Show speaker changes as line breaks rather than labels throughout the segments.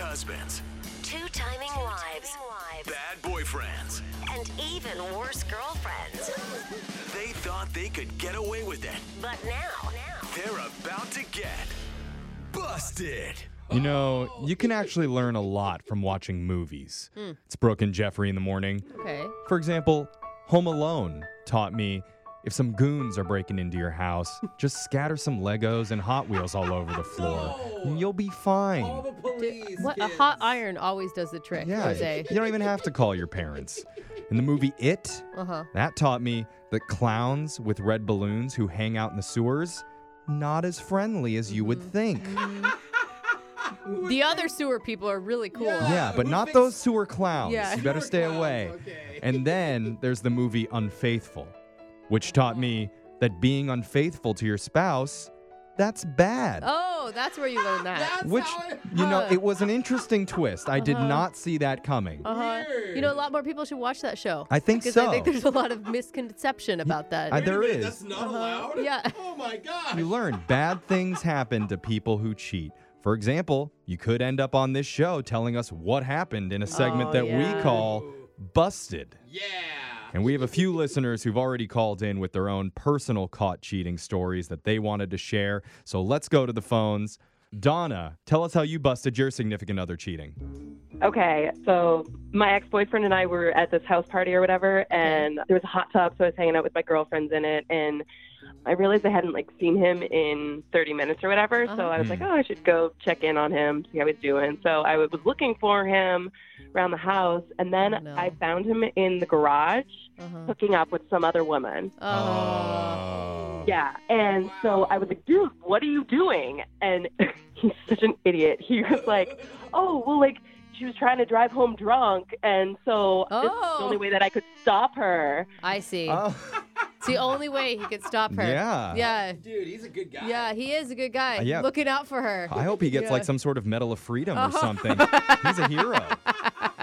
husbands,
Two timing wives.
bad boyfriends.
And even worse girlfriends.
They thought they could get away with it.
But now,
They're about to get busted.
You know, you can actually learn a lot from watching movies. It's Brooke and Jeffrey in the morning.
Okay.
For example, Home Alone taught me if some goons are breaking into your house, just scatter some Legos and Hot Wheels all over the floor. And you'll be fine.
All the police.
What a
kids.
hot iron always does the trick,
yeah,
Jose.
you don't even have to call your parents. In the movie It,
Uh huh.
that taught me that clowns with red balloons who hang out in the sewers, not as friendly as you would think.
The other sewer people are really cool.
Yeah, but
who
not
thinks-
those sewer clowns.
Yeah.
You better
Sewer
stay
clowns,
away.
okay.
And then there's the movie Unfaithful, which taught me that being unfaithful to your spouse, that's bad.
Oh, that's where you learn that.
That's
which
how it- Uh-huh.
you know,
Uh.
it was an interesting twist. I did not see that coming.
Uh huh. You know, a lot more people should watch that show.
I think
because I think
so.
there's a lot of misconception about that. Uh-huh.
I-
Wait a
there
minute,
is.
That's not allowed.
Yeah.
Oh my gosh.
You learn bad things happen to people who cheat. For example, you could end up on this show telling us what happened in a segment
Oh,
that we
yeah.
call Busted.
Yeah.
And we have a few listeners who've already called in with their own personal caught cheating stories that they wanted to share. So let's go to the phones. Donna, tell us how you busted your significant other cheating.
Okay, so my ex boyfriend and I were at this house party or whatever, and there was a hot tub, so I was hanging out with my girlfriends in it, and I realized I hadn't like seen him in 30 minutes or whatever,
Uh-huh.
so I was like, oh, I should go check in on him, see how he's doing. So I was looking for him around the house, and then
Oh, no.
I found him in the garage
Uh-huh.
hooking up with some other woman.
Oh.
Yeah, and so I was like, dude, what are you doing? And he's such an idiot. He was like, oh, well, like, she was trying to drive home drunk, and so it's
Oh.
the only way that I could stop her.
I see.
Oh,
It's the only way he could stop her.
Yeah.
Yeah.
Dude, he's a good guy.
Yeah, he is a good guy.
yeah.
Looking out for her.
I hope he gets
Yeah. Uh-huh.
like some sort of Medal of Freedom or something. He's a hero.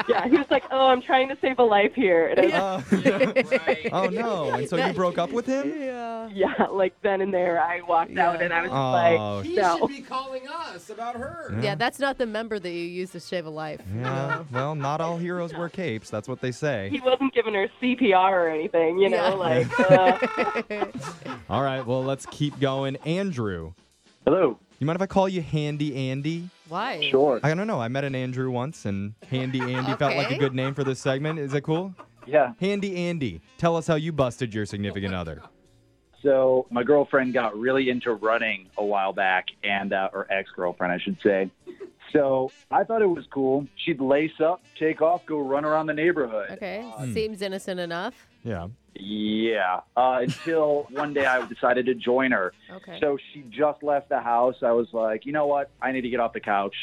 Yeah, he was like, oh, I'm trying to save a life here. And I was,
Uh,
Right.
oh no! And so you broke up with him?
Yeah.
yeah, like then and there, I walked out, and I was just
Oh.
like,
He
no.
should be calling us about her.
Yeah, that's not the member that you use to shave a life.
Yeah. Well, not all heroes wear capes. That's what they
He
say.
wasn't giving her CPR or anything, you know,
Yeah.
like, uh,
All right. Well, let's keep going. Andrew,
Hello.
you mind if I call you Handy Andy?
Why?
Sure.
I don't know. I met an Andrew once, and Handy Andy felt like a
Okay.
good name for this segment. Is that cool?
Yeah.
Handy Andy, tell us how you busted your significant other.
So my girlfriend got really into running a while back, and uh, or ex-girlfriend, I should say. So I thought it was cool. She'd lace up, take off, go run around the neighborhood. Uh,
Okay.
Hmm.
Seems innocent enough.
Yeah.
Yeah. Uh, until one day I decided to join her.
Okay.
So she just left the house. I was like, you know what? I need to get off the couch,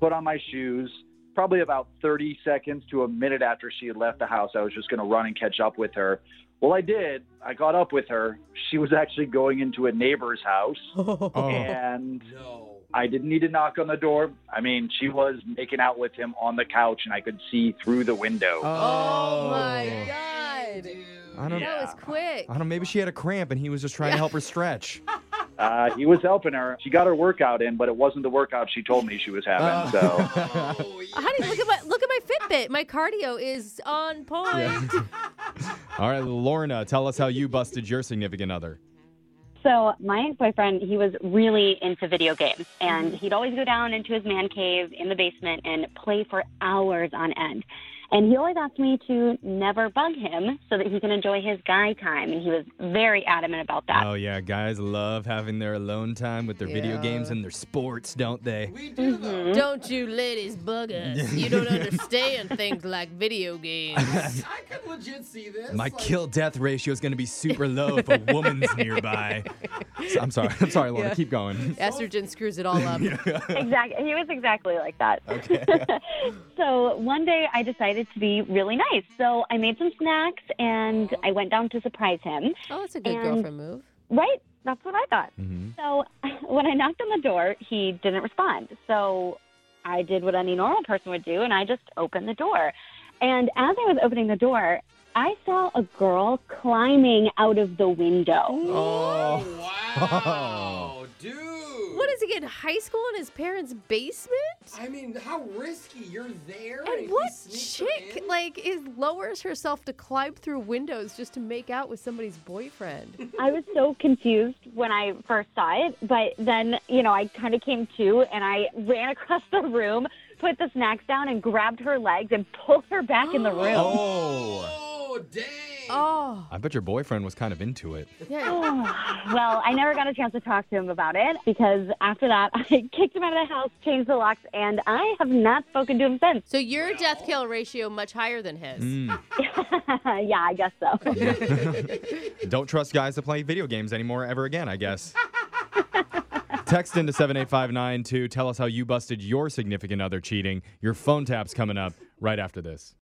put on my shoes. Probably about 30 seconds to a minute after she had left the house, I was just going to run and catch up with her. Well, I did. I got up with her. She was actually going into a neighbor's house,
Oh.
and
No.
I didn't need to knock on the door. I mean, she was making out with him on the couch, and I could see through the window.
oh my God.
I don't
That
know.
Yeah.
was quick.
Oh,
I don't. Maybe she had a cramp, and he was just trying to help her stretch.
Uh, he was helping her. She got her workout in, but it wasn't the workout she told me she was having. So.
Oh, yeah.
Honey, look at my look at my Fitbit. My cardio is on point.
All right, Lorna, tell us how you busted your significant other.
So my ex-boyfriend, he was really into video games, and he'd always go down into his man cave in the basement and play for hours on end. And he always asked me to never bug him so that he can enjoy his guy time, and he was very adamant about that.
Oh yeah, guys love having their alone time with their video
Yeah.
games and their sports, don't they?
We do though.
Don't you ladies bug us. You don't understand things like video games.
I could legit see this.
My
like,
kill death ratio is going to be super low if a woman's nearby. So- I'm sorry. I'm sorry, Lorna. Keep going.
Estrogen screws it all up.
exactly. He was exactly like that. so one day I decided to be really nice. So I made some snacks and I went down to surprise him.
Oh, that's a good
And-
girlfriend move.
Right? That's what I thought.
Mhm.
So when I knocked on the door, he didn't respond. So I did what any normal person would do, and I just opened the door. And as I was opening the door, I saw a girl climbing out of the window.
Oh.
Wow, dude.
What is he in high school in his parents' basement?
I mean, how risky. You're there.
And
he
what
sneaks her
chick
in?
like is lowers herself to climb through windows just to make out with somebody's boyfriend?
I was so confused when I first saw it, but then, you know, I kind of came to and I ran across the room, put the snacks down, and grabbed her legs and pulled her back in the room.
Oh.
Oh, dang.
Oh,
I bet your boyfriend was kind of into it.
yeah.
well, I never got a chance to talk to him about it because after that, I kicked him out of the house, changed the locks, and I have not spoken to him since.
So your death kill ratio much higher than his.
Mm.
yeah, I guess so.
Don't trust guys to play video games anymore ever again, I guess. Text into 78592. Tell us how you busted your significant other cheating. Your phone tap's coming up right after this.